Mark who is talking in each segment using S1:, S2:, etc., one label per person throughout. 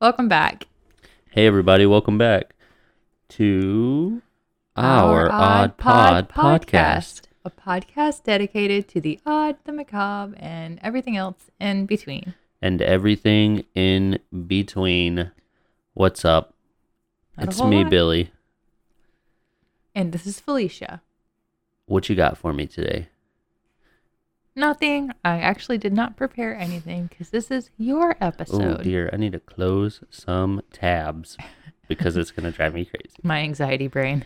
S1: Welcome back.
S2: Hey, everybody, welcome back to our, Odd Pod, podcast.
S1: A podcast dedicated to the odd, the macabre, and everything else in between.
S2: and everything in between. What's up?
S1: Not a
S2: it's
S1: whole
S2: me,
S1: lot.
S2: Billy.
S1: And this is Felicia.
S2: What you got for me today?
S1: Nothing. I actually did not prepare anything because this is your
S2: Oh,
S1: episode.
S2: dear. I need to close some tabs because it's going to drive me crazy.
S1: My anxiety brain.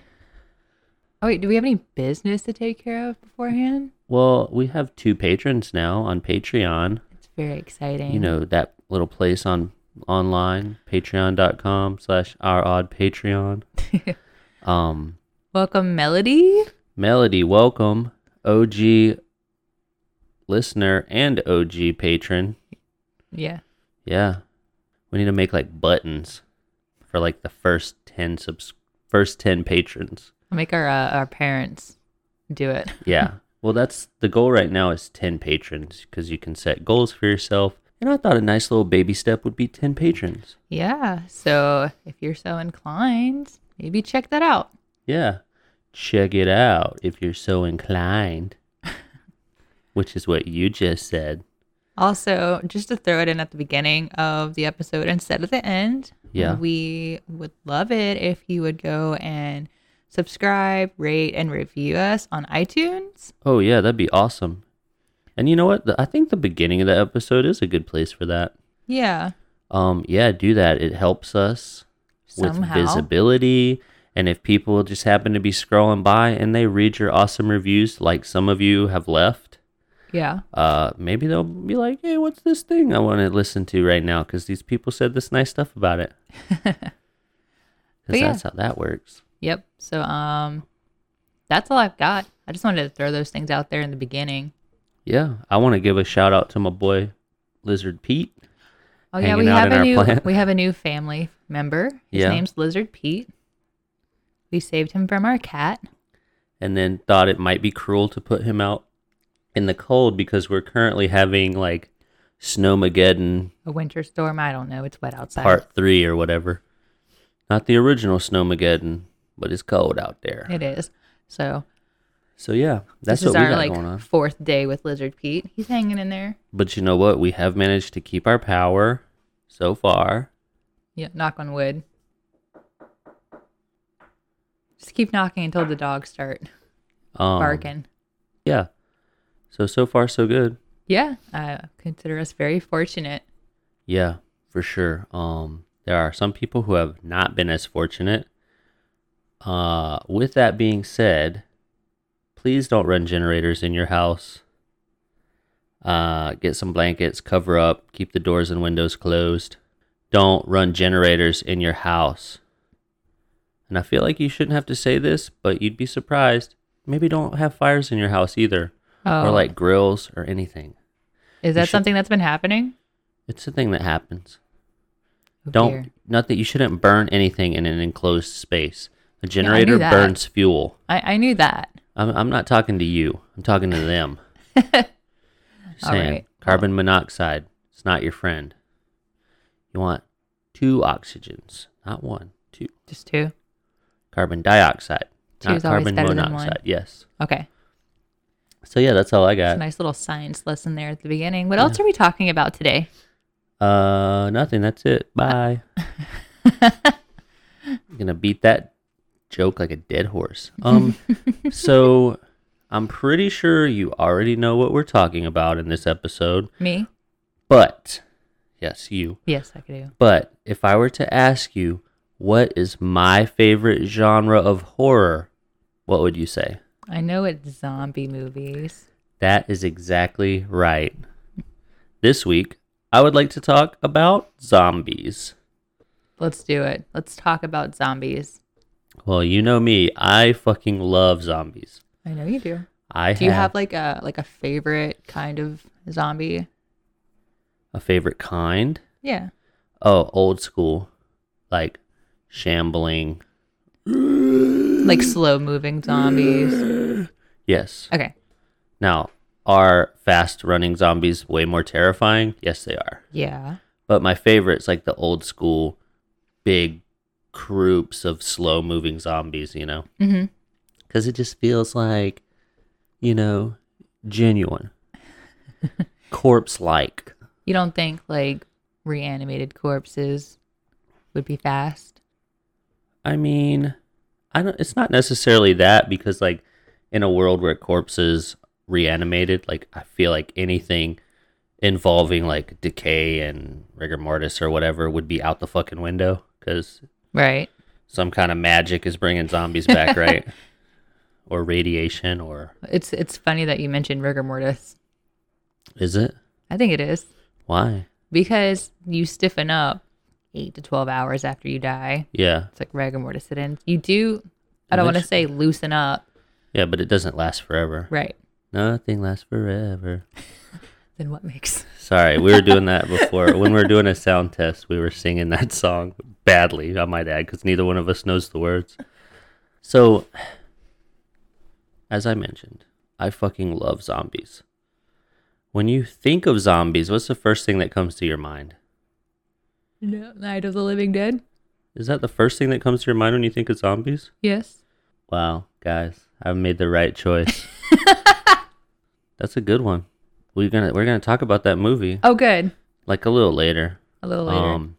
S1: Oh, wait. Do we have any business to take care of beforehand?
S2: Well, we have two patrons now on Patreon.
S1: It's very exciting.
S2: You know, that little place on online, patreon.com slash our odd Patreon. um,
S1: Welcome, Melody.
S2: Melody, welcome, OG listener and OG patron.
S1: Yeah.
S2: Yeah, we need to make like buttons for like the first ten subs, first ten patrons.
S1: Make our uh, our parents do it.
S2: Yeah, well, that's the goal right now is ten patrons because you can set goals for yourself. And I thought a nice little baby step would be ten patrons.
S1: Yeah. So if you're so inclined, maybe check that out.
S2: Yeah, check it out if you're so inclined, which is what you just said.
S1: Also, just to throw it in at the beginning of the episode instead of the end,
S2: Yeah.
S1: we would love it if you would go and subscribe, rate, and review us on iTunes.
S2: Oh yeah, that'd be awesome. And you know what? The, I think the beginning of the episode is a good place for that.
S1: Yeah.
S2: Um, yeah, do that. It helps us
S1: Somehow.
S2: with visibility. And if people just happen to be scrolling by and they read your awesome reviews, like some of you have left,
S1: Yeah.
S2: uh, maybe they'll be like, "Hey, what's this thing I want to listen to right now?" Because these people said this nice stuff about it.
S1: But
S2: Because
S1: yeah.
S2: that's how that works.
S1: Yep. So um that's all I've got. I just wanted to throw those things out there in the beginning.
S2: Yeah, I want to give a shout out to my boy Lizard Pete.
S1: Oh yeah, we
S2: Hanging out
S1: have
S2: in
S1: a
S2: our
S1: new
S2: plant.
S1: we have a new family member. His
S2: Yeah.
S1: name's Lizard Pete. We saved him from our cat.
S2: and then thought it might be cruel to put him out in the cold because we're currently having like Snowmageddon
S1: A winter storm. I don't know. It's wet outside.
S2: part three or whatever. Not the original Snowmageddon, but it's cold out there.
S1: It is. So
S2: So yeah, that's
S1: this
S2: what
S1: is
S2: we
S1: our
S2: got
S1: like
S2: going on.
S1: fourth day with Lizard Pete. He's hanging in there.
S2: But you know what? We have managed to keep our power so far.
S1: Yeah, knock on wood. Just keep knocking until the dogs start
S2: Um,
S1: barking.
S2: Yeah. So so far so good.
S1: yeah, I consider us very fortunate.
S2: Yeah, for sure. Um, there are some people who have not been as fortunate. Uh, with that being said, please don't run generators in your house. Uh, get some blankets, cover up, keep the doors and windows closed. Don't run generators in your house. And I feel like you shouldn't have to say this, but you'd be surprised. Maybe don't have fires in your house either,
S1: Oh,
S2: or like grills or anything.
S1: is that
S2: should-
S1: something that's been happening?
S2: It's a thing that happens.
S1: Oh,
S2: Don't
S1: dear.
S2: not that you shouldn't burn anything in an enclosed space. A generator
S1: that.
S2: burns fuel.
S1: I, I knew that.
S2: I'm, I'm not talking to you. I'm talking to them. Just
S1: All
S2: saying,
S1: right.
S2: carbon monoxide. It's not your friend. You want two oxygens, not one. Two
S1: Just two.
S2: carbon dioxide,
S1: Two
S2: not
S1: is always
S2: carbon
S1: better than one.
S2: monoxide. Yes.
S1: Okay.
S2: So yeah, that's all I
S1: It's a
S2: got.
S1: nice little science lesson there at the beginning. What else are we talking about today?
S2: Uh, nothing. That's it. Bye. I'm gonna beat that joke like a dead horse. Um, so I'm pretty sure you already know what we're talking about in this episode,
S1: Me?
S2: but yes, you.
S1: Yes, I do.
S2: But if I were to ask you, what is my favorite genre of horror? What would you say?
S1: I know it's zombie movies.
S2: That is exactly right. This week, I would like to talk about zombies.
S1: Let's do it. Let's talk about zombies.
S2: Well, you know me. I fucking love zombies.
S1: I know you do.
S2: I
S1: Do you have like a like a favorite kind of zombie?
S2: a favorite kind?
S1: Yeah.
S2: Oh, old school, like shambling.
S1: Like slow moving zombies.
S2: Yes.
S1: Okay.
S2: Now, are fast running zombies way more terrifying? Yes, they are.
S1: Yeah.
S2: But my favorite's like the old school big groups of slow moving zombies, you know?
S1: Mm-hmm.
S2: Because it just feels like, you know, genuine, corpse like.
S1: You don't think like reanimated corpses would be fast?
S2: I mean, I don't. It's not necessarily that because, like, in a world where corpses reanimated, like, I feel like anything involving like decay and rigor mortis or whatever would be out the fucking window because
S1: Right.
S2: some kind of magic is bringing zombies back, right? Or radiation, or
S1: It's it's funny that you mentioned rigor mortis.
S2: is it?
S1: I think it is
S2: Why?
S1: because you stiffen up eight to twelve hours after you die.
S2: Yeah,
S1: It's like rigor mortis. It ends. You do. I don't want to say loosen up.
S2: yeah, but it doesn't last forever.
S1: Right.
S2: Nothing lasts forever.
S1: Then what makes?
S2: Sorry, we were doing that before. when we were doing a sound test, we were singing that song badly, I might add, because neither one of us knows the words. So, as I mentioned, I fucking love zombies. When you think of zombies, what's the first thing that comes to your mind?
S1: No, Night of the Living Dead.
S2: Is that the first thing that comes to your mind when you think of zombies?
S1: Yes.
S2: Wow, guys, I've made the right choice. That's a good one. We're gonna we're gonna talk about that movie
S1: Oh, good.
S2: like a little later.
S1: A little later.
S2: Um,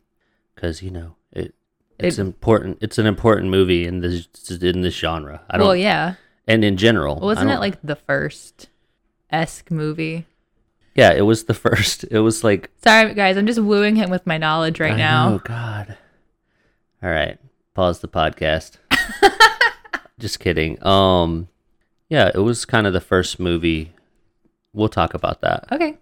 S2: because you know it. It's
S1: It-
S2: important. It's an important movie in this in this genre. I don't.
S1: well, yeah.
S2: And in general, I
S1: Wasn't it
S2: don't-
S1: like the first esque movie?
S2: Yeah, it was the first. It was like
S1: Sorry, guys. I'm just wooing him with my knowledge right
S2: I
S1: now.
S2: know, God. All right, pause the podcast. Just kidding. Um, yeah, it was kind of the first movie. We'll talk about that.
S1: Okay.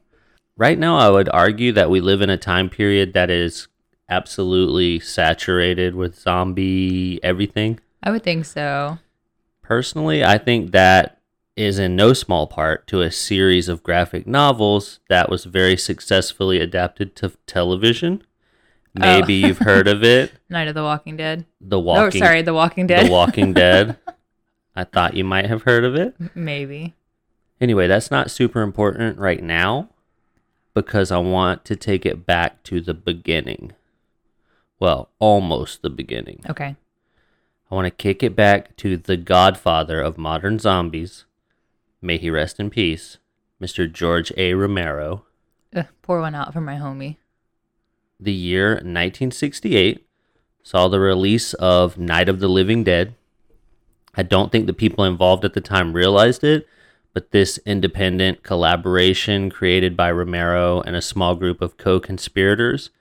S2: Right now, I would argue that we live in a time period that is absolutely saturated with zombie everything.
S1: I would think so.
S2: Personally, I think that is in no small part to a series of graphic novels that was very successfully adapted to television.
S1: Oh.
S2: Maybe you've heard of it,
S1: Night of the Walking Dead.
S2: The Walking
S1: oh, sorry, The Walking Dead.
S2: The Walking Dead. I thought you might have heard of it.
S1: Maybe.
S2: Anyway, that's not super important right now because I want to take it back to the beginning. Well, almost the beginning.
S1: Okay.
S2: I want to kick it back to the godfather of modern zombies. May he rest in peace, Mr. George A. Romero.
S1: Ugh, pour one out for my homie.
S2: The year 1968 saw the release of Night of the Living Dead. I don't think the people involved at the time realized it, but this independent collaboration created by Romero and a small group of co conspirators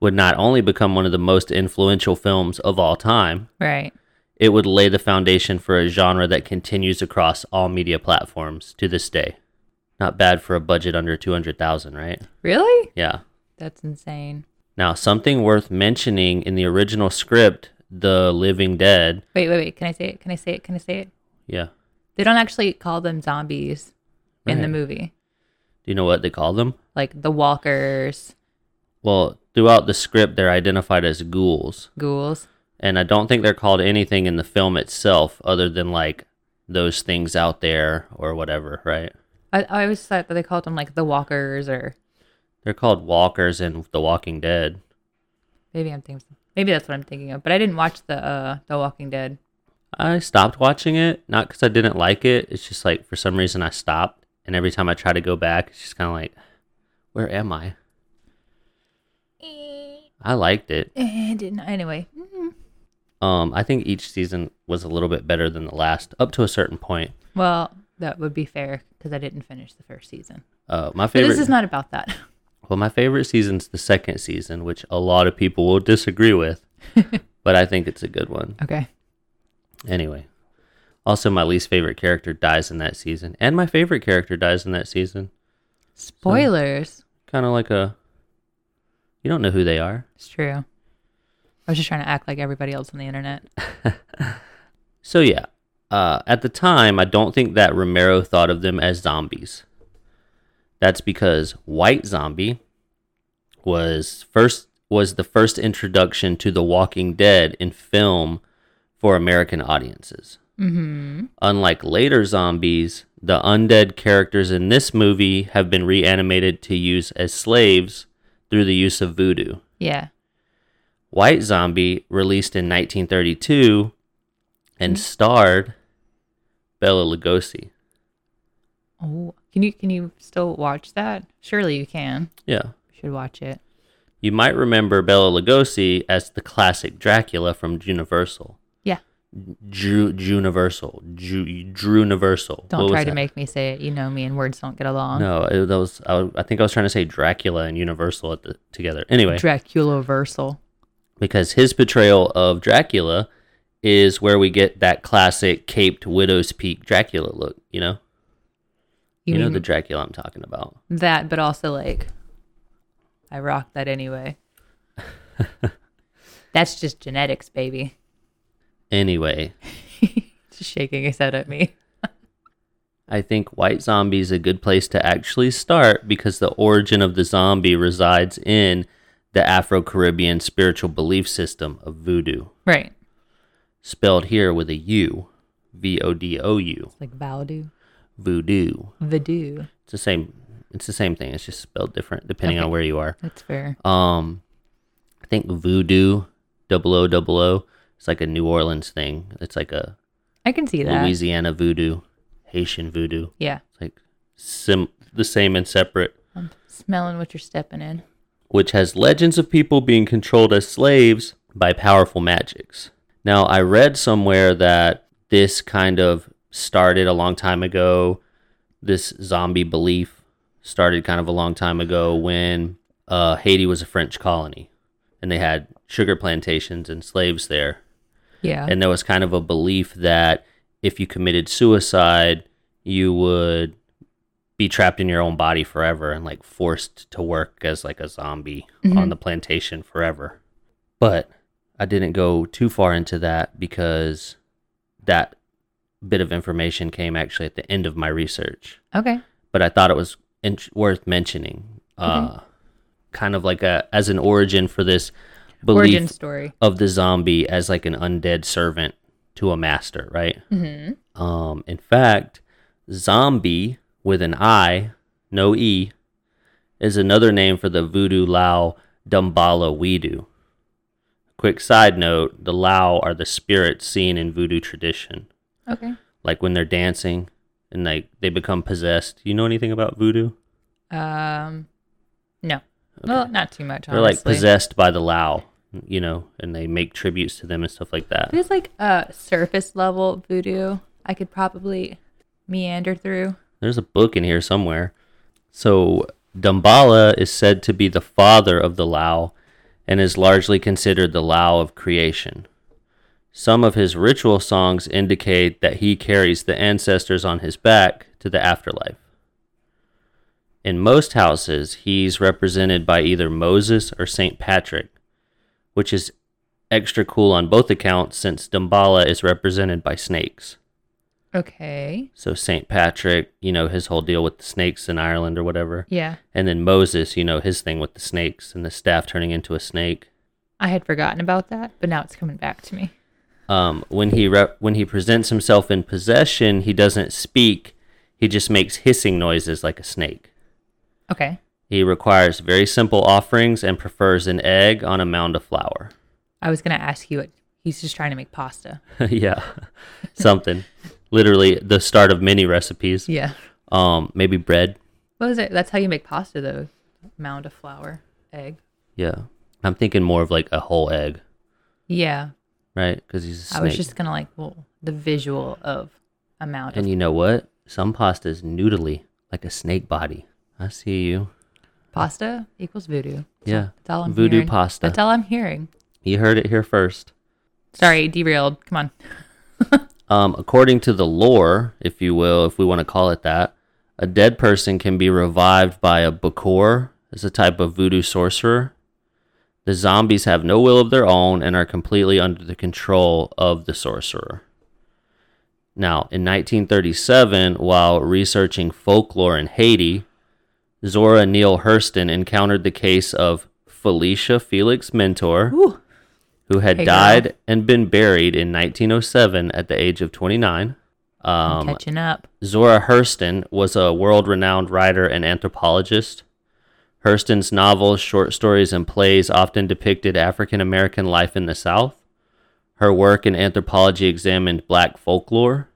S2: would not only become one of the most influential films of all time,
S1: Right.
S2: it would lay the foundation for a genre that continues across all media platforms to this day. Not bad for a budget under 200,000, right?
S1: Really?
S2: Yeah.
S1: That's insane.
S2: Now, something worth mentioning in the original script, The Living Dead,
S1: Wait, wait, wait. Can I say it? Can I say it? Can I say it?
S2: yeah.
S1: They don't actually call them zombies in the
S2: Right.
S1: movie.
S2: Do you know what they call them?
S1: Like the walkers,
S2: Well, throughout the script they're identified as ghouls,
S1: ghouls.
S2: and I don't think they're called anything in the film itself other than like those things out there or whatever, right?
S1: I, I always thought that they called them like the walkers or
S2: They're called walkers in The Walking Dead.
S1: maybe I'm thinking maybe that's what I'm thinking of. But I didn't watch the uh The Walking Dead.
S2: I stopped watching it, not because I didn't like it. It's just like for some reason I stopped, and every time I try to go back, it's just kind of like, where am I? I liked it.
S1: Eh, didn't anyway. Mm.
S2: Um, I think each season was a little bit better than the last, up to a certain point.
S1: Well, that would be fair because I didn't finish the first season.
S2: Uh, my
S1: But
S2: favorite.
S1: this is not about that.
S2: Well, my favorite season's the second season, which a lot of people will disagree with, but I think it's a good one.
S1: Okay.
S2: Anyway, also my least favorite character dies in that season, and my favorite character dies in that season.
S1: Spoilers.
S2: Kind of like a, you don't know who they are.
S1: It's true. I was just trying to act like everybody else on the internet.
S2: So yeah, uh, at the time, I don't think that Romero thought of them as zombies. That's because White Zombie was first was the first introduction to The Walking Dead in film for American audiences.
S1: Mm-hmm.
S2: Unlike later zombies, the undead characters in this movie have been reanimated to use as slaves through the use of voodoo.
S1: Yeah.
S2: White Zombie, released in 1932,
S1: Mm-hmm.
S2: and starred Bella Lugosi.
S1: Oh, can you can you still watch that? Surely you can.
S2: Yeah.
S1: You should watch it.
S2: You might remember Bella Lugosi as the classic Dracula from Universal.
S1: Yeah.
S2: Drew Universal. Drew Universal.
S1: Don't try to make me say it. You know me, and words don't get along.
S2: No, it, that was I, was- I think I was trying to say Dracula and Universal at the, together. Anyway,
S1: Dracula versal.
S2: because his portrayal of Dracula is where we get that classic caped widow's peak Dracula look. You know,
S1: You,
S2: you know
S1: mean
S2: the Dracula I'm talking about.
S1: that, but also like, I rock that anyway. That's just genetics, baby.
S2: Anyway,
S1: Just shaking his head at me.
S2: I think White Zombie is a good place to actually start because the origin of the zombie resides in the Afro Caribbean spiritual belief system of voodoo,
S1: Right.
S2: spelled here with a U, V O D O U,
S1: It's like Valdu.
S2: voodoo.
S1: Vadu.
S2: It's the same. It's the same thing. It's just spelled different depending on where you are.
S1: That's fair.
S2: Um, I think voodoo, double o double o. It's like a New Orleans thing. It's like a
S1: I can see that.
S2: Louisiana voodoo, Haitian voodoo.
S1: Yeah.
S2: It's like sim the same and separate.
S1: I'm smelling what you're stepping in.
S2: which has legends of people being controlled as slaves by powerful magics. Now, I read somewhere that this kind of started a long time ago. This zombie belief started kind of a long time ago when uh, Haiti was a French colony and they had sugar plantations and slaves there.
S1: Yeah.
S2: And there was kind of a belief that if you committed suicide, you would be trapped in your own body forever and like forced to work as like a zombie
S1: Mm-hmm.
S2: on the plantation forever. But I didn't go too far into that because that bit of information came actually at the end of my research.
S1: okay.
S2: But I thought it was in- worth mentioning,
S1: Mm-hmm.
S2: uh, kind of like a as an origin for this belief
S1: Origin story.
S2: of the zombie as like an undead servant to a master, right?
S1: hmm
S2: Um, in fact, zombie with an I, no E, is another name for the voodoo Lao Dumbala Weedu. Quick side note the Lao are the spirits seen in voodoo tradition.
S1: Okay.
S2: Like when they're dancing and like they become possessed. You know anything about voodoo?
S1: Um, no. Well, not too much.
S2: They're like
S1: Honestly.
S2: possessed by the Lao, you know, and they make tributes to them and stuff like that.
S1: If it's like a surface level voodoo, I could probably meander through.
S2: There's a book in here somewhere. So Damballa is said to be the father of the Lao and is largely considered the Lao of creation. Some of his ritual songs indicate that he carries the ancestors on his back to the afterlife. In most houses, he's represented by either Moses or St. Patrick, which is extra cool on both accounts since Damballa is represented by snakes.
S1: Okay.
S2: So Saint Patrick, you know, his whole deal with the snakes in Ireland or whatever.
S1: Yeah.
S2: And then Moses, you know, his thing with the snakes and the staff turning into a snake.
S1: I had forgotten about that, but now it's coming back to me.
S2: Um, when he re- when he presents himself in possession, he doesn't speak. He just makes hissing noises like a snake.
S1: Okay.
S2: He requires very simple offerings and prefers an egg on a mound of flour.
S1: I was going to ask you it. He's just trying to make pasta.
S2: yeah, something. Literally the start of many recipes.
S1: Yeah.
S2: Um, maybe bread.
S1: What was it? That's how you make pasta, though. Mound of flour, egg.
S2: Yeah, I'm thinking more of like a whole egg.
S1: Yeah.
S2: right? Because he's a snake.
S1: I was just going to like, well, the visual of a mound.
S2: and
S1: of
S2: you know what? Some pasta is noodly, like a snake body. I see you.
S1: pasta equals voodoo.
S2: Yeah.
S1: That's all I'm
S2: Voodoo
S1: hearing.
S2: pasta.
S1: That's all I'm hearing.
S2: You heard it here first.
S1: Sorry, derailed. Come on.
S2: Um, according to the lore, if you will, if we want to call it that, a dead person can be revived by a bakor, is a type of voodoo sorcerer. The zombies have no will of their own and are completely under the control of the sorcerer. Now, in 1937, while researching folklore in Haiti, Zora Neale Hurston encountered the case of Felicia Felix Mentor
S1: Ooh.
S2: who had
S1: Hey, girl.
S2: died and been buried in 1907 at the age of 29.
S1: I'm
S2: Um,
S1: catching up.
S2: Zora Hurston was a world renowned writer and anthropologist. Hurston's novels, short stories, and plays often depicted African American life in the South. Her work in anthropology examined black folklore.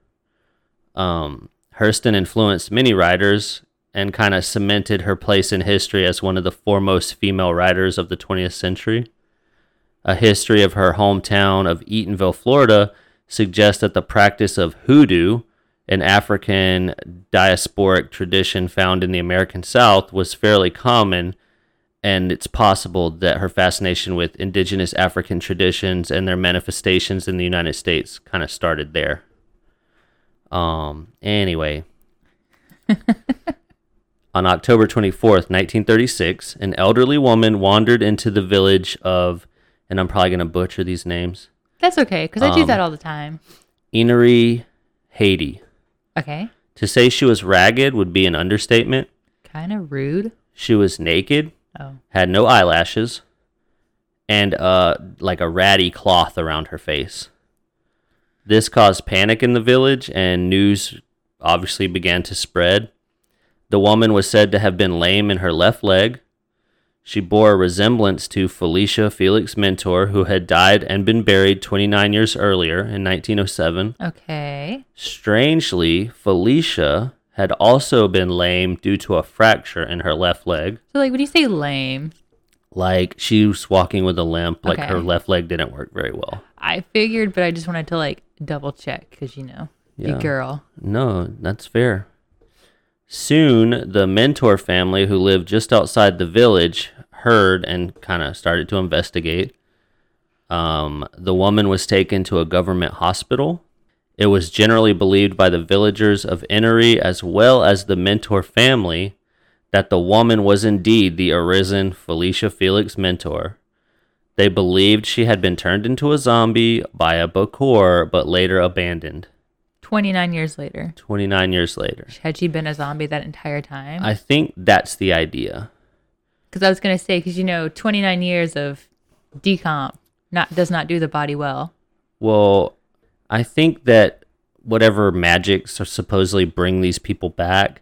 S2: Um, Hurston influenced many writers and kind of cemented her place in history as one of the foremost female writers of the 20th century. A history of her hometown of Eatonville, Florida, suggests that the practice of hoodoo, an African diasporic tradition found in the American South, was fairly common, and it's possible that her fascination with indigenous African traditions and their manifestations in the United States kind of started there. Um, anyway. On October 24th, 1936, an elderly woman wandered into the village of, and I'm probably going to butcher these names,
S1: That's okay, because I do
S2: Um,
S1: that all the time.
S2: Enery, Haiti.
S1: Okay.
S2: To say she was ragged would be an understatement.
S1: Kind of rude.
S2: She was naked,
S1: Oh.
S2: had no eyelashes, and uh, like a ratty cloth around her face. This caused panic in the village, and news obviously began to spread. The woman was said to have been lame in her left leg. She bore a resemblance to Felicia Felix Mentor, who had died and been buried 29 years earlier in 1907.
S1: Okay.
S2: Strangely, Felicia had also been lame due to a fracture in her left leg.
S1: So, like, when you say lame,
S2: Like she was walking with a limp, like her
S1: Okay.
S2: left leg didn't work very well.
S1: I figured, but I just wanted to, like, double check because, you know, the
S2: Yeah.
S1: girl.
S2: No, that's fair. Soon, the mentor family who lived just outside the village heard and kind of started to investigate. Um, the woman was taken to a government hospital. It was generally believed by the villagers of Enery as well as the mentor family that the woman was indeed the arisen Felicia Felix mentor. They believed she had been turned into a zombie by a Bakor, but later abandoned.
S1: 29 years later.
S2: 29 years later.
S1: Had she been a zombie that entire time?
S2: I think that's the idea.
S1: Because I, was going to say, because, you know, 29 years of decomp not, does not do the body well.
S2: Well, I think that whatever magics are supposedly bring these people back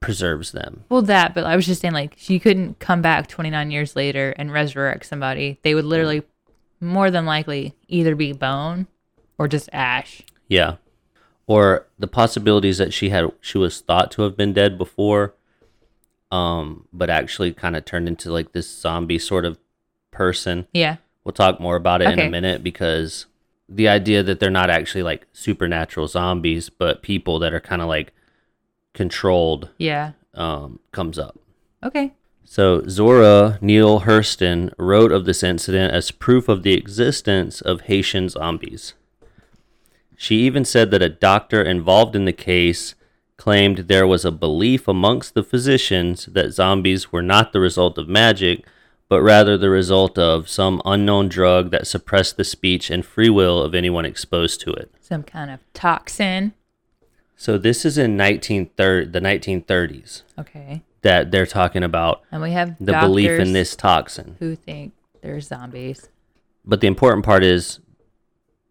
S2: preserves them.
S1: Well, that, but I was just saying, like, she couldn't come back 29 years later and resurrect somebody. They would literally, more than likely, either be bone or just ash.
S2: Yeah. Or the possibilities that she had she was thought to have been dead before um but actually kind of turned into like this zombie sort of person.
S1: Yeah.
S2: We'll talk more about it in
S1: Okay.
S2: a minute because the idea that they're not actually like supernatural zombies but people that are kind of like controlled
S1: Yeah.
S2: um, comes up.
S1: Okay.
S2: So Zora Neale Hurston wrote of this incident as proof of the existence of Haitian zombies. She even said that a doctor involved in the case claimed there was a belief amongst the physicians that zombies were not the result of magic, but rather the result of some unknown drug that suppressed the speech and free will of anyone exposed to it.
S1: Some kind of toxin.
S2: So this is in 1930, the 1930s
S1: Okay.
S2: that they're talking about
S1: And we have
S2: the belief in
S1: doctors
S2: this toxin.
S1: who think they're zombies.
S2: But the important part is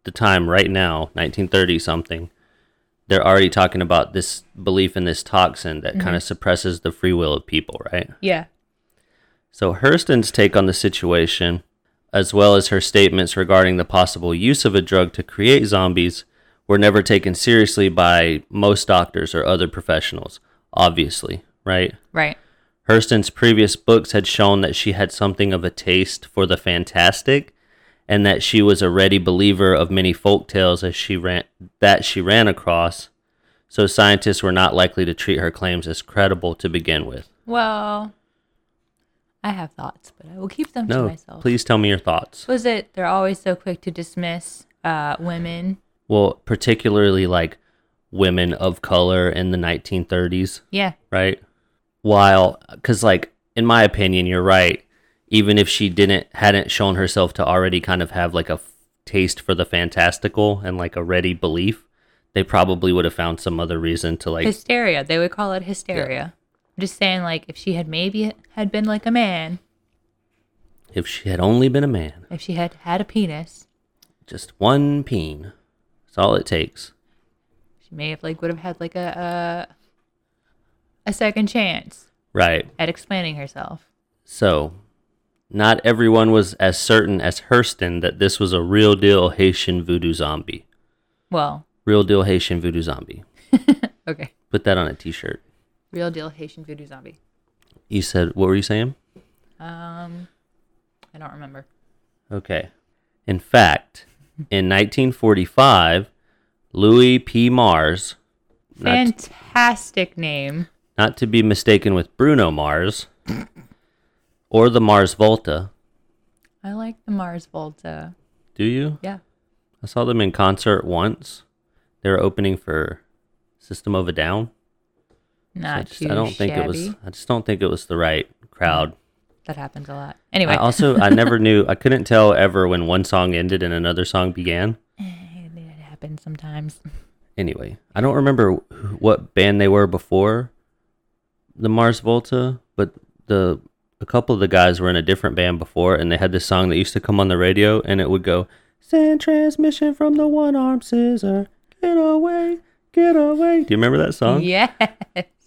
S2: the time right now, 1930 something. They're already talking about this belief in this toxin that kind of suppresses the free will of people, right?
S1: Yeah.
S2: So Hurston's take on the situation, as well as her statements regarding the possible use of a drug to create zombies, were never taken seriously by most doctors or other professionals, obviously, right?
S1: Right.
S2: Hurston's previous books had shown that she had something of a taste for the fantastic and that she was a ready believer of many folk tales as she ran, that she ran across, so scientists were not likely to treat her claims as credible to begin with.
S1: Well, I have thoughts, but I will keep them to
S2: No,
S1: myself.
S2: please tell me your thoughts.
S1: Was it they're always so quick to dismiss uh, women?
S2: Well, particularly like women of color in the 1930s,
S1: Yeah.
S2: right? While, because like in my opinion, you're right. Even if she didn't hadn't shown herself to already kind of have like a f- taste for the fantastical and like a ready belief, they probably would have found some other reason to like.
S1: hysteria. They would call it hysteria. I'm just saying, like, if she had maybe had been like a man,
S2: If she had only been a man,
S1: if she had had a penis,
S2: just one peen, that's all it takes.
S1: she may have like would have had like a a, a second chance
S2: Right.
S1: at explaining herself.
S2: So, not everyone was as certain as Hurston that this was a real deal Haitian voodoo zombie.
S1: Well,
S2: Real deal Haitian voodoo zombie.
S1: okay.
S2: Put that on a t shirt.
S1: Real deal Haitian voodoo zombie.
S2: You said, what were you saying?
S1: Um, I don't remember.
S2: Okay. In fact, in 1945, Louis P. Mars, not,
S1: Fantastic name.
S2: not to be mistaken with Bruno Mars or the Mars Volta,
S1: I like the Mars Volta.
S2: do you?
S1: Yeah.
S2: I saw them in concert once. They were opening for System of a Down. So I
S1: Not
S2: just-
S1: too
S2: I don't think it was.
S1: shabby.
S2: I just don't think it was the right crowd.
S1: That happens a lot. Anyway.
S2: I also I never knew. I couldn't tell ever when one song ended and another song began.
S1: it happens sometimes.
S2: Anyway, I don't remember wh- what band they were before the Mars Volta, but the a couple of the guys were in a different band before, and they had this song that used to come on the radio, and it would go "Send transmission from the one arm scissor, get away, get away." Do you remember that song?
S1: Yes.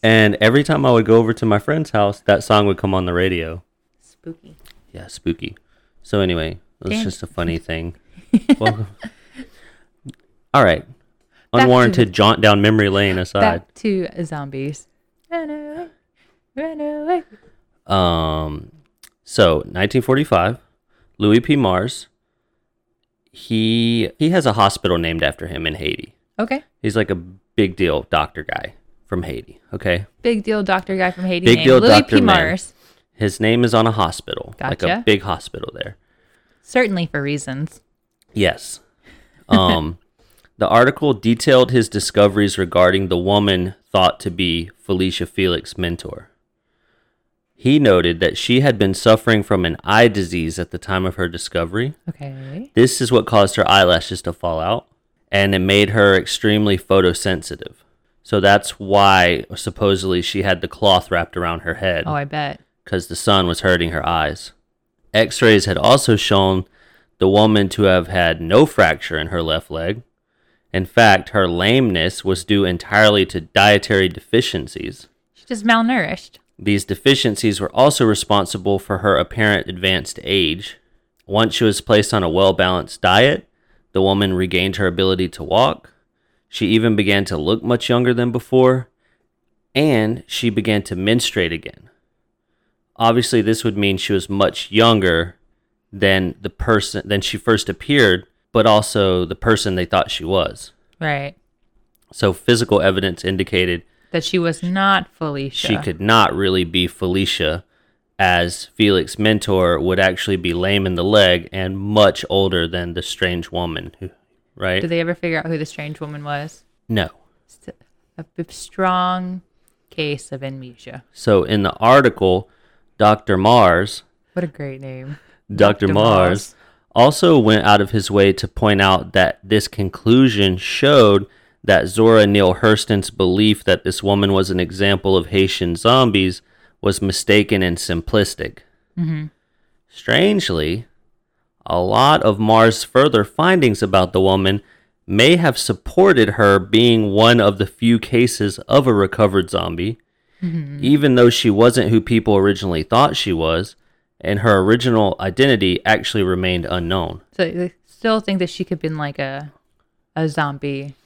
S2: And every time I would go over to my friend's house, that song would come on the radio.
S1: Spooky.
S2: Yeah, spooky. So anyway, it was
S1: Damn.
S2: just a funny thing. Welcome. All right.
S1: Back to-
S2: Unwarranted jaunt down memory lane aside.
S1: Back to zombies. Run away. Run away.
S2: Um, so 1945, Louis P. Mars. He he has a hospital named after him in Haiti.
S1: Okay.
S2: He's like a big deal doctor guy from Haiti. Okay,
S1: Big deal doctor guy from Haiti.
S2: Big
S1: named
S2: deal
S1: Louis
S2: doctor
S1: P.
S2: man.
S1: Mars.
S2: his name is on a hospital, like a
S1: Gotcha.
S2: big hospital there.
S1: Certainly for reasons.
S2: Yes. Um, the article detailed his discoveries regarding the woman thought to be Felicia Felix's mentor. He noted that she had been suffering from an eye disease at the time of her discovery.
S1: Okay.
S2: This is what caused her eyelashes to fall out, and it made her extremely photosensitive. So that's why supposedly she had the cloth wrapped around her head
S1: Oh, I bet.
S2: because the sun was hurting her eyes. X rays had also shown the woman to have had no fracture in her left leg. In fact, her lameness was due entirely to dietary deficiencies.
S1: She's just malnourished.
S2: These deficiencies were also responsible for her apparent advanced age. Once she was placed on a well balanced diet, the woman regained her ability to walk. She even began to look much younger than before, and she began to menstruate again. Obviously, this would mean she was much younger than the person than she first appeared, but also the person they thought she was.
S1: Right.
S2: So physical evidence indicated
S1: That she was not Felicia.
S2: she could not really be Felicia, as Felix Mentor would actually be lame in the leg and much older than the strange woman, who, right?
S1: Did they ever figure out who the strange woman was?
S2: no.
S1: It's a b- strong case of amnesia.
S2: So in the article, Dr. Mars,
S1: What a great name.
S2: Dr. Mars, also went out of his way to point out that this conclusion showed that Zora Neale Hurston's belief that this woman was an example of Haitian zombies was mistaken and simplistic.
S1: Mhm.
S2: Strangely, a lot of Mars' further findings about the woman may have supported her being one of the few cases of a recovered zombie, even though she wasn't who people originally thought she was, and her original identity actually remained unknown.
S1: So they still think that she could have been like a a zombie,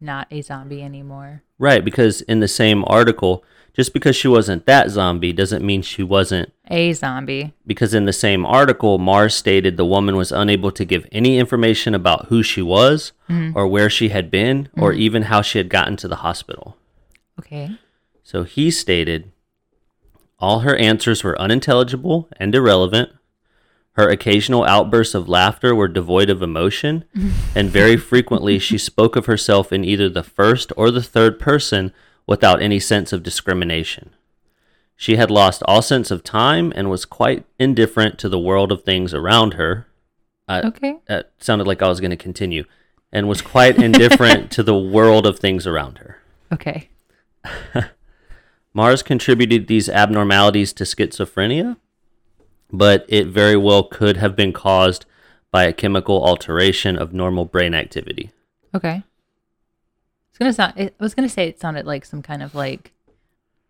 S1: not a zombie anymore.
S2: Right, because in the same article, just because she wasn't that zombie doesn't mean she wasn't
S1: A zombie.
S2: because in the same article, Mars stated the woman was unable to give any information about who she was or where she had been or even how she had gotten to the hospital.
S1: Okay.
S2: So he stated all her answers were unintelligible and irrelevant. Her occasional outbursts of laughter were devoid of emotion, and very frequently she spoke of herself in either the first or the third person without any sense of discrimination. She had lost all sense of time and was quite indifferent to the world of things around her. I,
S1: Okay.
S2: That sounded like I was going to continue. And was quite indifferent to the world of things around her.
S1: Okay.
S2: Mars contributed these abnormalities to schizophrenia, but it very well could have been caused by a chemical alteration of normal brain activity.
S1: Okay. It's gonna sound. It, I was gonna say it sounded like some kind of like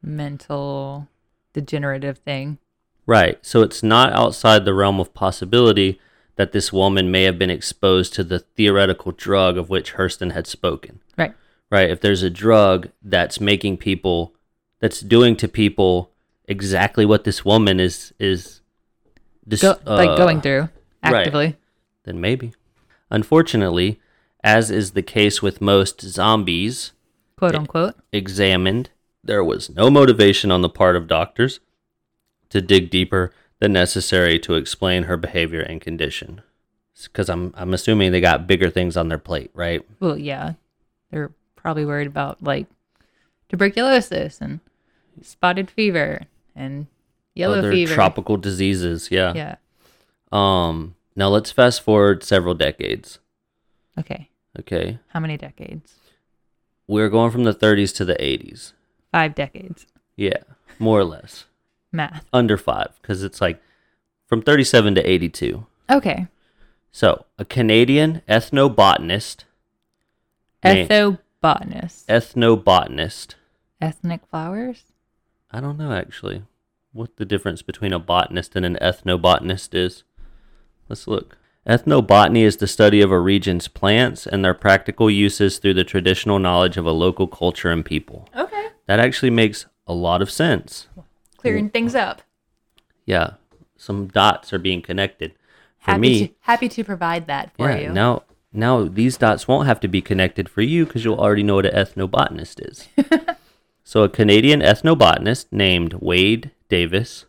S1: mental degenerative thing.
S2: Right. So it's not outside the realm of possibility that this woman may have been exposed to the theoretical drug of which Hurston had spoken.
S1: Right.
S2: Right. If there's a drug that's making people, that's doing to people exactly what this woman is is dis-
S1: Go, like
S2: uh,
S1: going through actively.
S2: then maybe. Unfortunately, as is the case with most zombies,
S1: quote unquote.
S2: examined, there was no motivation on the part of doctors to dig deeper than necessary to explain her behavior and condition. Because I'm, I'm assuming they got bigger things on their plate, right?
S1: Well, yeah, they're probably worried about like tuberculosis and spotted fever and yellow
S2: Other
S1: fever.
S2: tropical diseases, yeah.
S1: yeah.
S2: Um. Now let's fast forward several decades.
S1: Okay.
S2: Okay,
S1: How many decades?
S2: we're going from the 30s to the 80s.
S1: Five decades.
S2: Yeah, more or less
S1: Math.
S2: under five, because it's like from 37 to 82.
S1: Okay.
S2: So, a Canadian ethnobotanist, Name.
S1: Ethobotanist.
S2: ethnobotanist.
S1: Ethnic flowers.
S2: I don't know actually what the difference between a botanist and an ethnobotanist is. Let's look. Ethnobotany is the study of a region's plants and their practical uses through the traditional knowledge of a local culture and people.
S1: Okay.
S2: That actually makes a lot of sense.
S1: Clearing things up.
S2: Yeah, some dots are being connected. For
S1: happy
S2: me,
S1: to, happy to provide that for
S2: yeah,
S1: you.
S2: now now these dots won't have to be connected for you because you'll already know what an ethnobotanist is. so a Canadian ethnobotanist named Wade Davis,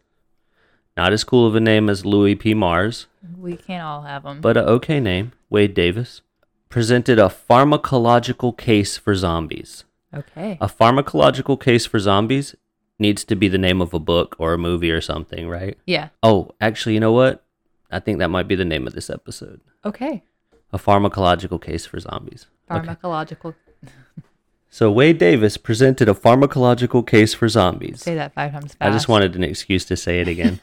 S2: not as cool of a name as Louis P. Mars,
S1: We can't all have them.
S2: but a okay name, Wade Davis, presented a pharmacological case for zombies.
S1: okay.
S2: A pharmacological case for zombies needs to be the name of a book or a movie or something, right?
S1: yeah.
S2: Oh, actually, you know what? I think that might be the name of this episode.
S1: Okay.
S2: A pharmacological case for zombies. Okay.
S1: Pharmacological.
S2: So Wade Davis presented a pharmacological case for zombies.
S1: Say that five times fast.
S2: I just wanted an excuse to say it again.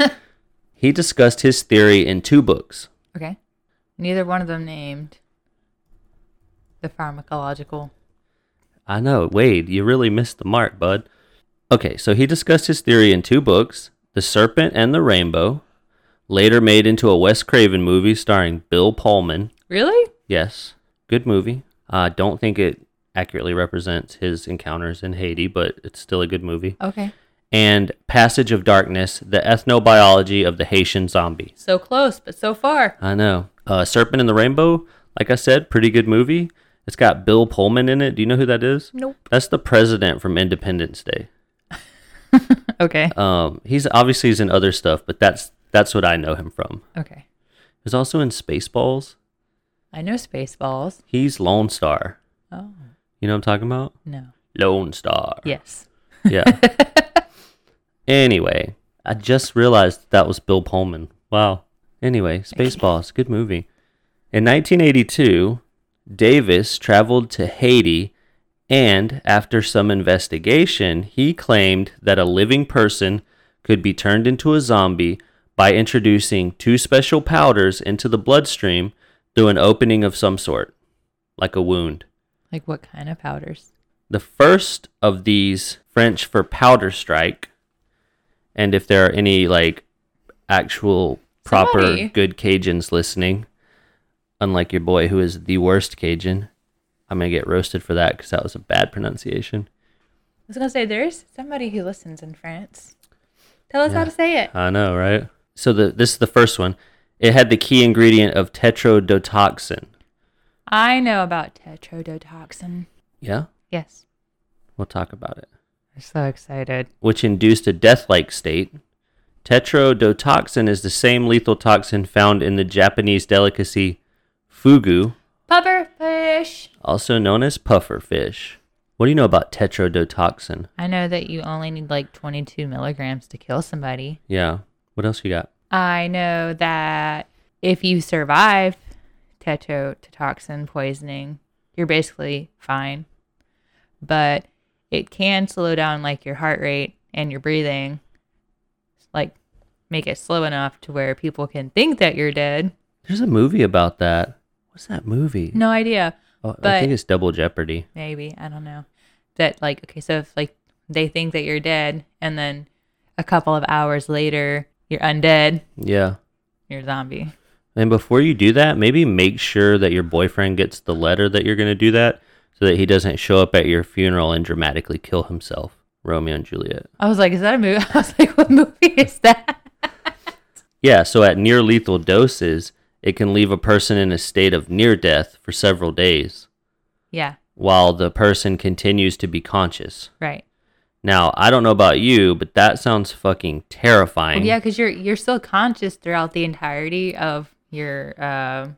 S2: he discussed his theory in two books.
S1: Okay. Neither one of them named the pharmacological.
S2: I know, Wade, you really missed the mark, bud. Okay, so he discussed his theory in two books, The Serpent and the Rainbow, later made into a Wes Craven movie starring Bill Pullman.
S1: Really?
S2: Yes, good movie. I don't think it accurately represents his encounters in Haiti, but it's still a good movie.
S1: Okay.
S2: and Passage of Darkness, the ethnobiology of the Haitian zombie.
S1: So close, but so far.
S2: I know. Uh, Serpent in the Rainbow, like I said, pretty good movie. It's got Bill Pullman in it. Do you know who that is?
S1: Nope.
S2: That's the president from Independence Day.
S1: Okay.
S2: Um, he's obviously he's in other stuff, but that's that's what I know him from.
S1: Okay.
S2: He's also in Spaceballs.
S1: I know Spaceballs.
S2: He's Lone Star.
S1: Oh,
S2: You know what I'm talking about?
S1: no.
S2: Lone Star.
S1: Yes.
S2: Yeah. anyway, I just realized that was Bill Pullman. Wow. Anyway, Spaceballs, good movie. In 1982, Davis traveled to Haiti, and after some investigation, he claimed that a living person could be turned into a zombie by introducing two special powders into the bloodstream through an opening of some sort, like a wound.
S1: Like what kind of powders?
S2: The first of these French for powder strike, and if there are any like actual proper
S1: Somebody.
S2: good Cajuns listening, unlike your boy who is the worst Cajun, I'm gonna get roasted for that because that was a bad pronunciation.
S1: I was going to say, there's somebody who listens in France. Tell us
S2: Yeah.
S1: how to say it.
S2: I know, right? So the this is the first one. It had the key ingredient of tetrodotoxin.
S1: I know about tetrodotoxin.
S2: Yeah,
S1: Yes.
S2: we'll talk about it.
S1: I'm so excited.
S2: which induced a death like state. Tetrodotoxin is the same lethal toxin found in the Japanese delicacy fugu,
S1: Pufferfish.
S2: also known as puffer fish. What do you know about tetrodotoxin?
S1: I know that you only need like 22 milligrams to kill somebody.
S2: Yeah. What else you got?
S1: I know that if you survive tetrodotoxin poisoning, you're basically fine. But it can slow down like your heart rate and your breathing, like make it slow enough to where people can think that you're dead.
S2: There's a movie about that. What's that movie?
S1: No idea.
S2: Oh, I
S1: but-
S2: think it's Double Jeopardy.
S1: maybe i don't know that like okay so if like they think that you're dead and then a couple of hours later You're undead.
S2: Yeah.
S1: You're a zombie.
S2: And before you do that, maybe make sure that your boyfriend gets the letter that you're going to do that so that he doesn't show up at your funeral and dramatically kill himself. Romeo and Juliet.
S1: I was like, is that a movie? I was like, what movie is that?
S2: Yeah, so at near lethal doses, it can leave a person in a state of near death for several days
S1: yeah,
S2: while the person continues to be conscious.
S1: right.
S2: Now, I don't know about you, but that sounds fucking
S1: Well,
S2: terrifying.
S1: yeah, because you're you're still conscious throughout the entirety of your uh,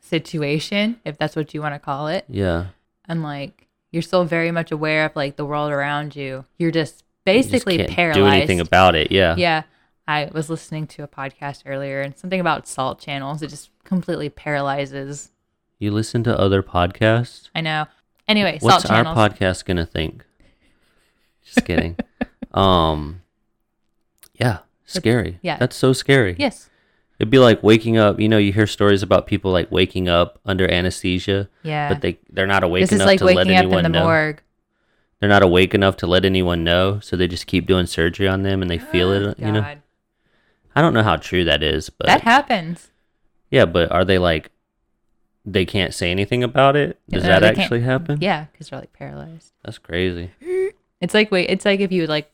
S1: situation, if that's what you want to call it,
S2: Yeah.
S1: and like you're still very much aware of like the world around you. You're just basically
S2: you just can't
S1: paralyzed.
S2: do anything about it. Yeah.
S1: yeah, I was listening to a podcast earlier and something about salt channels. It just completely paralyzes.
S2: You listen to other podcasts?
S1: I know. Anyway,
S2: What's
S1: salt
S2: our
S1: channels.
S2: podcast going to think? Just kidding. um Yeah, scary.
S1: yeah.
S2: That's so scary.
S1: yes.
S2: It'd be like waking up, you know, you hear stories about people like waking up under anesthesia,
S1: Yeah.
S2: but they they're not awake
S1: this is
S2: enough
S1: like
S2: to let
S1: waking up
S2: anyone
S1: in the
S2: know.
S1: morgue.
S2: They're not awake enough to let anyone know, so they just keep doing surgery on them and they feel it, you know.
S1: Oh, God.
S2: I don't know how true that is, but
S1: that happens.
S2: Yeah, but are they like they can't say anything about it? Does
S1: No,
S2: that
S1: they can't.
S2: actually happen?
S1: Yeah, because they're like paralyzed.
S2: That's crazy.
S1: It's like wait, it's like if you would like,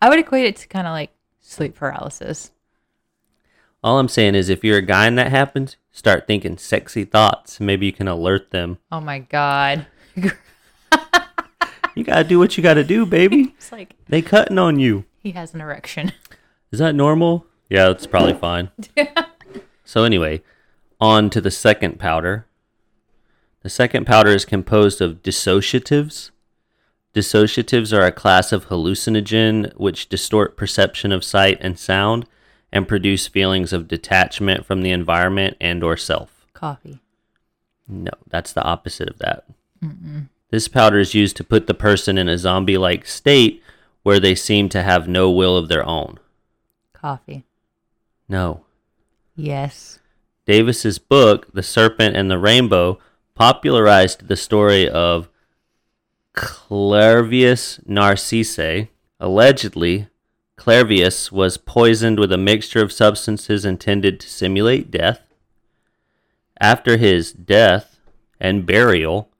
S1: I would equate it to kind of like sleep paralysis.
S2: All I'm saying is if you're a guy and that happens, start thinking sexy thoughts. Maybe you can alert them.
S1: Oh my god!
S2: You gotta do what you gotta do, baby.
S1: It's like
S2: They cutting on you.
S1: he has an erection.
S2: Is that normal? Yeah, that's probably fine. so anyway, on to the second powder. The second powder is composed of dissociatives. Dissociatives are a class of hallucinogen which distort perception of sight and sound and produce feelings of detachment from the environment and or self.
S1: Coffee.
S2: No, that's the opposite of that. This powder is used to put the person in a zombie-like state where they seem to have no will of their own.
S1: Coffee.
S2: No.
S1: Yes.
S2: Davis's book, The Serpent and the Rainbow, popularized the story of Clervius Narcisse. Allegedly, Clervius was poisoned with a mixture of substances intended to simulate death. After his death and burial,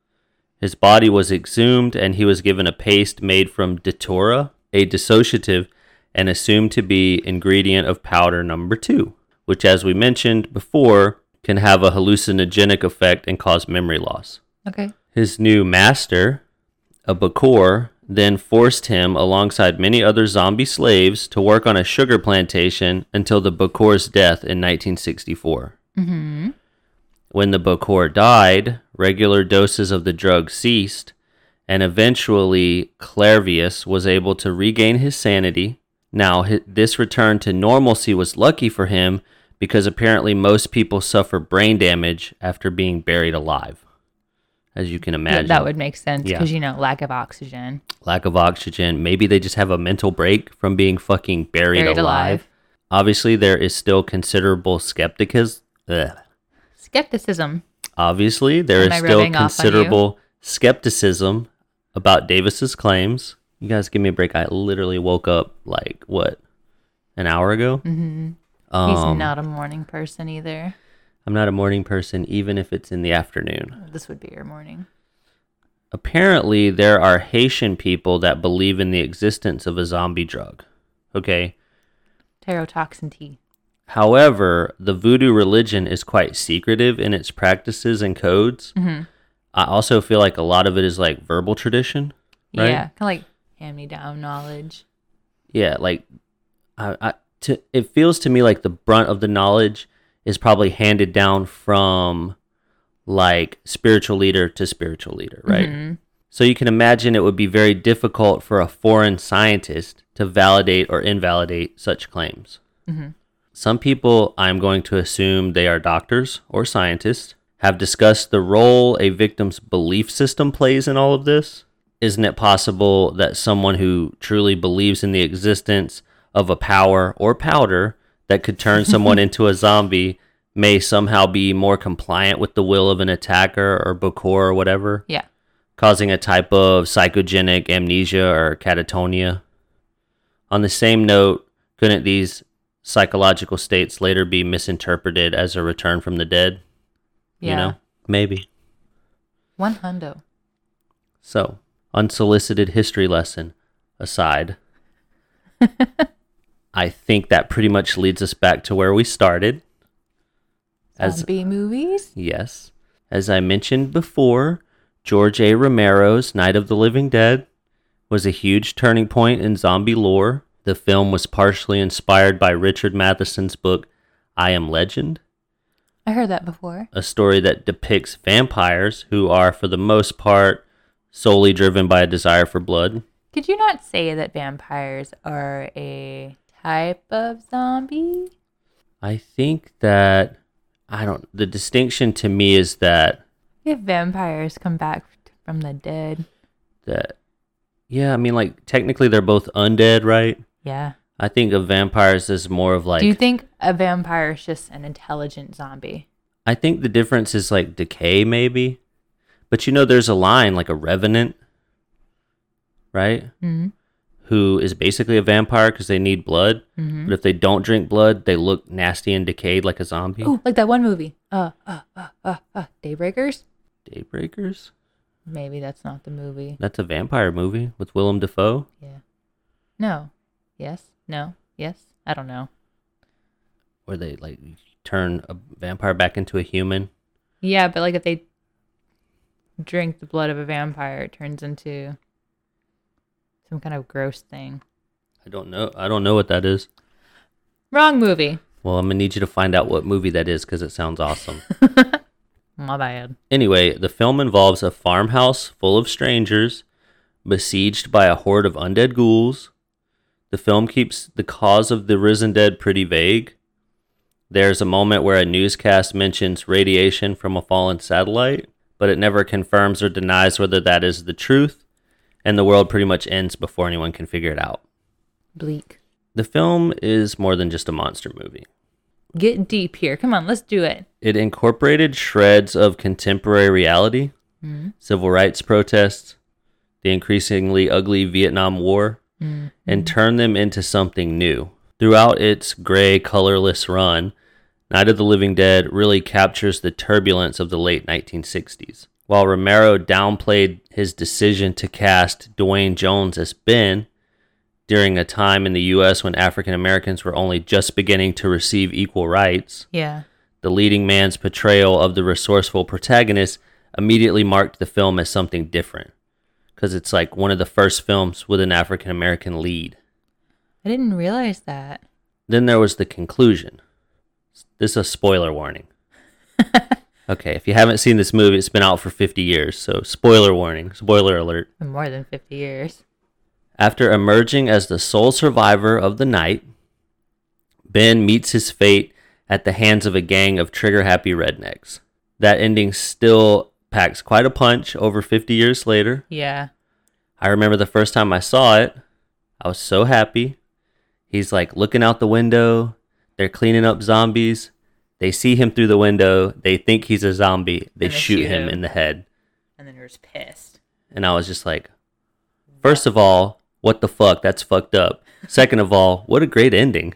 S2: his body was exhumed and he was given a paste made from datura, a dissociative and assumed to be ingredient of powder number 2, which as we mentioned before can have a hallucinogenic effect and cause memory loss.
S1: Okay.
S2: His new master, a Bakor, then forced him, alongside many other zombie slaves, to work on a sugar plantation until the Bakor's death in 1964.
S1: Mm-hmm.
S2: When the Bakor died, regular doses of the drug ceased, and eventually Clervius was able to regain his sanity. Now, hi- this return to normalcy was lucky for him because apparently most people suffer brain damage after being buried alive, as you can imagine.
S1: that would make sense
S2: Yeah.
S1: because you know lack of oxygen.
S2: Lack of oxygen. Maybe they just have a mental break from being fucking buried,
S1: Buried
S2: alive.
S1: alive.
S2: Obviously, there is still considerable skepticism. Ugh.
S1: Skepticism.
S2: Obviously, there
S1: Am
S2: is
S1: I
S2: still
S1: rubbing off on you?
S2: considerable skepticism about Davis's claims. You guys give me a break. I literally woke up like what an hour ago. Mm-hmm.
S1: He's
S2: Um,
S1: not a morning person either.
S2: I'm not a morning person, even if it's in the afternoon.
S1: This would be your morning.
S2: Apparently, there are Haitian people that believe in the existence of a zombie drug. Okay.
S1: Pterotoxin tea.
S2: However, the voodoo religion is quite secretive in its practices and codes.
S1: Mm-hmm.
S2: I also feel like a lot of it is like verbal tradition. Right?
S1: Yeah. Kind of like hand me down knowledge.
S2: yeah like I, I to it feels to me like the brunt of the knowledge is probably handed down from like spiritual leader to spiritual leader right
S1: Mm-hmm.
S2: so you can imagine it would be very difficult for a foreign scientist to validate or invalidate such claims some people i'm going to assume they are doctors or scientists have discussed the role a victim's belief system plays in all of this isn't it possible that someone who truly believes in the existence of a power or powder that could turn someone into a zombie may somehow be more compliant with the will of an attacker or Bokor or whatever,
S1: Yeah.
S2: causing a type of psychogenic amnesia or catatonia? On the same note, couldn't these psychological states later be misinterpreted as a return from the dead. You know, maybe.
S1: One hundo.
S2: So, unsolicited history lesson aside, I think that pretty much leads us back to where we started. As
S1: Zombie movies?
S2: yes, as I mentioned before, George A. Romero's Night of the Living Dead was a huge turning point in zombie lore. The film was partially inspired by Richard Matheson's book I Am Legend,
S1: I heard that before.
S2: a story that depicts vampires who are for the most part solely driven by a desire for blood.
S1: Could you not say that vampires are a type of zombie?
S2: I think that I don't. The distinction to me is that
S1: If vampires come back from the dead,
S2: that yeah, I mean, like technically they're both undead, right?
S1: yeah.
S2: I think of vampires as more of like.
S1: Do you think a vampire is just an intelligent zombie?
S2: I think the difference is like decay, maybe, but you know, there's a line like a revenant, right?
S1: Mm-hmm.
S2: Who is basically a vampire because they need blood,
S1: Mhm.
S2: but if they don't drink blood, they look nasty and decayed like a zombie.
S1: Oh, like that one movie. Uh, uh, uh, uh, uh, Daybreakers?
S2: Daybreakers.
S1: Maybe that's not the movie.
S2: That's a vampire movie with Willem Dafoe.
S1: Yeah. No. Yes. No. Yes. I don't know.
S2: where they like turn a vampire back into a human.
S1: Yeah, but like if they drink the blood of a vampire, it turns into some kind of gross thing.
S2: I don't know. I don't know what that is.
S1: Wrong movie.
S2: Well, I'm gonna need you to find out what movie that is because it sounds awesome.
S1: My bad.
S2: anyway, the film involves a farmhouse full of strangers besieged by a horde of undead ghouls. The film keeps the cause of the risen dead pretty vague. There's a moment where a newscast mentions radiation from a fallen satellite, but it never confirms or denies whether that is the truth, and the world pretty much ends before anyone can figure it out.
S1: Bleak.
S2: The film is more than just a monster movie.
S1: Get deep here. Come on, let's do it.
S2: It incorporated shreds of contemporary reality,
S1: Mhm.
S2: civil rights protests, the increasingly ugly Vietnam War, and turned them into something new. Throughout its gray, colorless run, Night of the Living Dead really captures the turbulence of the late 1960s. While Romero downplayed his decision to cast Dwayne Jones as Ben during a time in the U.S. when African Americans were only just beginning to receive equal rights,
S1: Yeah.
S2: the leading man's portrayal of the resourceful protagonist immediately marked the film as something different because it's like one of the first films with an African American lead.
S1: I didn't realize that.
S2: Then there was the conclusion. This is a spoiler warning. okay, if you haven't seen this movie, it's been out for 50 years, so spoiler warning, spoiler alert.
S1: For more than 50 years.
S2: After emerging as the sole survivor of the night, Ben meets his fate at the hands of a gang of trigger happy rednecks. That ending still packs quite a punch over 50 years later.
S1: Yeah.
S2: I remember the first time I saw it, I was so happy. He's like looking out the window, they're cleaning up zombies. They see him through the window, they think he's a zombie, they,
S1: And they
S2: shoot
S1: shoot
S2: him
S1: him.
S2: in the head.
S1: And then you're just pissed.
S2: And I was just like, first of all, what the fuck? That's fucked up. Second of all, what a great ending.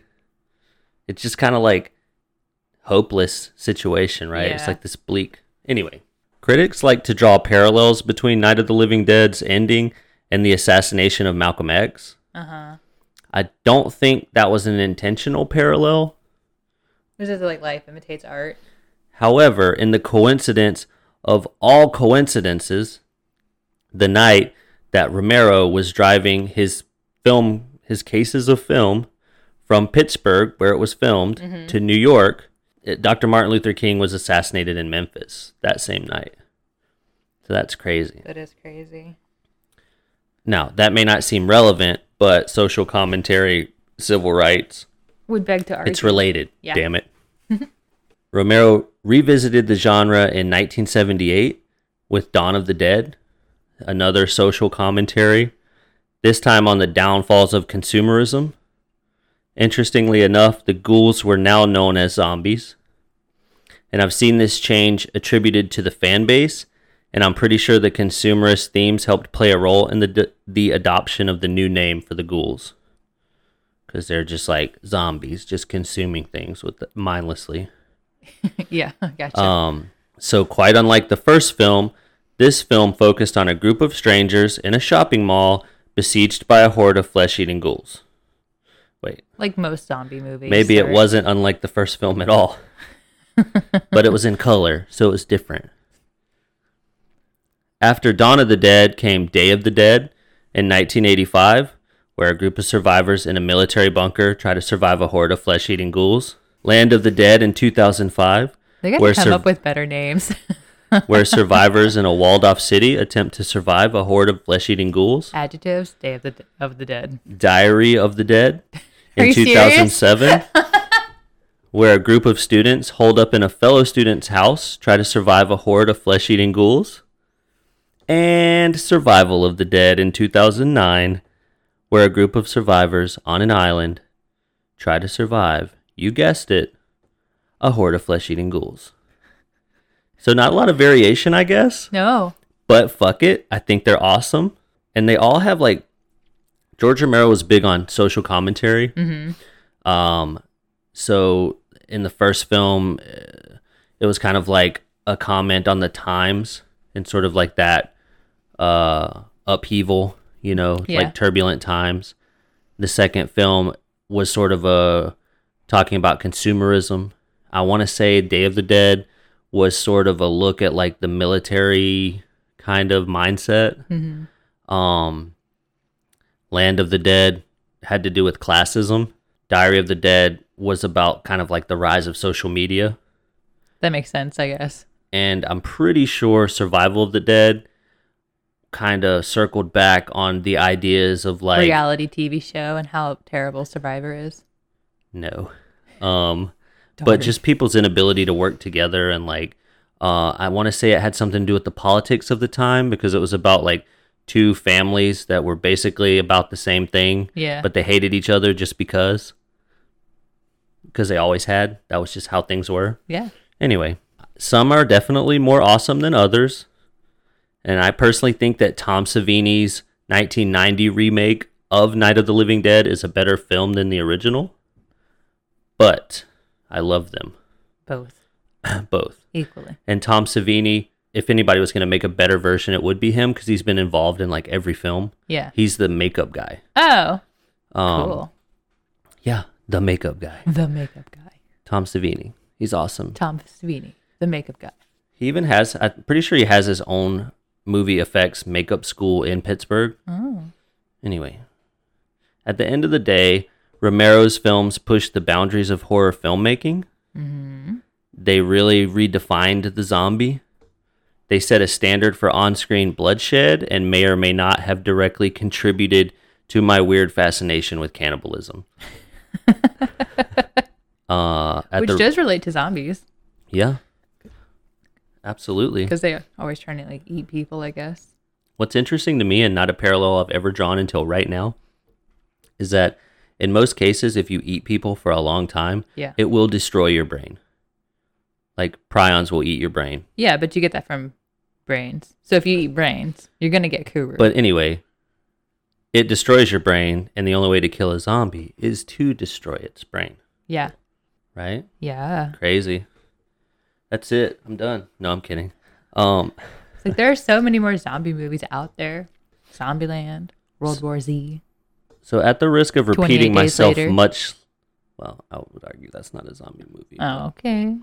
S2: It's just kind of like hopeless situation, right? It's
S1: Yeah.
S2: like this bleak. Anyway, critics like to draw parallels between Night of the Living Dead's ending and the assassination of Malcolm X.
S1: Uh huh.
S2: I don't think that was an intentional parallel.
S1: Was it like life imitates art?
S2: However, in the coincidence of all coincidences, the night that Romero was driving his film, his cases of film from Pittsburgh, where it was filmed, to New York, it- Dr. Martin Luther King was assassinated in Memphis that same night. So that's crazy.
S1: That is crazy.
S2: Now, that may not seem relevant, but social commentary, civil rights,
S1: Would beg to argue.
S2: it's related.
S1: Yeah.
S2: Damn it. Romero revisited the genre in 1978 with Dawn of the Dead, another social commentary, this time on the downfalls of consumerism. Interestingly enough, the ghouls were now known as zombies. And I've seen this change attributed to the fan base, and I'm pretty sure the consumerist themes helped play a role in the, the adoption of the new name for the ghouls. because they're just like zombies, just consuming things with mindlessly.
S1: yeah, gotcha.
S2: Um, so, quite unlike the first film, this film focused on a group of strangers in a shopping mall besieged by a horde of flesh eating ghouls. Wait,
S1: like most zombie movies.
S2: maybe it
S1: or-
S2: wasn't unlike the first film at all, but it was in color, so it was different. After Dawn of the Dead came Day of the Dead in 1985, where a group of survivors in a military bunker try to survive a horde of flesh eating ghouls. Land of the Dead in 2005,
S1: They got
S2: where
S1: to come
S2: sur-
S1: up with better names.
S2: where survivors in a walled off city attempt to survive a horde of flesh eating ghouls.
S1: Adjectives. Day of the of the Dead.
S2: Diary of the Dead
S1: Are
S2: in
S1: you serious?
S2: 2007, where a group of students holed up in a fellow student's house try to survive a horde of flesh eating ghouls. And Survival of the Dead in 2009, where a group of survivors on an island try to survive, you guessed it, a horde of flesh eating ghouls. So, not a lot of variation, I guess
S1: No.
S2: but fuck it. I think they're awesome. And they all have like George Romero was big on social commentary.
S1: hmm
S2: Um, so in the first film, uh, it was kind of like a comment on the times and sort of like that uh, upheaval, you know,
S1: Yeah.
S2: like turbulent times. The second film was sort of a talking about consumerism. I want to say Day of the Dead was sort of a look at like the military kind of mindset.
S1: hmm
S2: Um, Land of the Dead had to do with classism. Diary of the Dead was about kind of like the rise of social media.
S1: That makes sense, I guess.
S2: And I'm pretty sure Survival of the Dead kind of circled back on the ideas of like,
S1: Reality TV show and how terrible Survivor is.
S2: no. Um,
S1: Darn.
S2: but just people's inability to work together and like uh, i want to say it had something to do with the politics of the time because it was about like two families that were basically about the same thing
S1: Yeah.
S2: but they hated each other just because because they always had that was just how things were
S1: yeah.
S2: anyway some are definitely more awesome than others and i personally think that tom savini's 1990 remake of night of the living dead is a better film than the original but i love them
S1: Both
S2: both.
S1: equally.
S2: And Tom Savini, if anybody was going to make a better version, it would be him because he's been involved in like every film.
S1: Yeah.
S2: He's the makeup guy.
S1: Oh,
S2: Um,
S1: cool.
S2: Yeah, the makeup guy.
S1: The makeup guy,
S2: Tom Savini. He's awesome.
S1: Tom Sweeney, the makeup guy.
S2: He even has, I'm pretty sure he has his own movie effects makeup school in Pittsburgh.
S1: Oh,
S2: Anyway, at the end of the day, Romero's films pushed the boundaries of horror filmmaking.
S1: Mm-hmm.
S2: They really redefined the zombie. They set a standard for on screen bloodshed and may or may not have directly contributed to my weird fascination with cannibalism. uh, at
S1: which
S2: the,
S1: does relate to zombies
S2: yeah, absolutely.
S1: because they always trying to like eat people. I guess.
S2: What's interesting to me and not a parallel I've ever drawn until right now is that in most cases, if you eat people for a long time,
S1: Yeah.
S2: it will destroy your brain. Like prions will eat your brain.
S1: Yeah, but you get that from brains. So if you eat brains, you're gonna get kuru.
S2: But anyway, it destroys your brain, and the only way to kill a zombie is to destroy its brain,
S1: yeah,
S2: right?
S1: yeah.
S2: Crazy. That's it. I'm done. No, I'm kidding. Um,
S1: It's like there are so many more zombie movies out there. Zombieland, World War Z.
S2: so at the risk of
S1: 28
S2: repeating
S1: days
S2: myself
S1: later.
S2: much, well, I would argue that's not a zombie movie. but
S1: Oh, okay.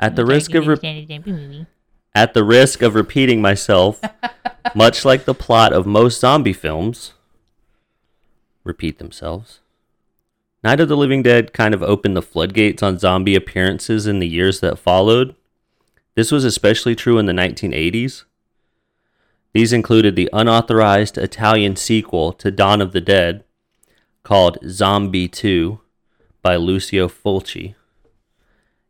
S2: At the risk of re-
S1: re-
S2: At the risk of repeating myself, much like the plot of most zombie films repeat themselves, Night of the Living Dead kind of opened the floodgates on zombie appearances in the years that followed. This was especially true in the 1980s. These included the unauthorized Italian sequel to Dawn of the Dead called Zombie 2 by Lucio Fulci.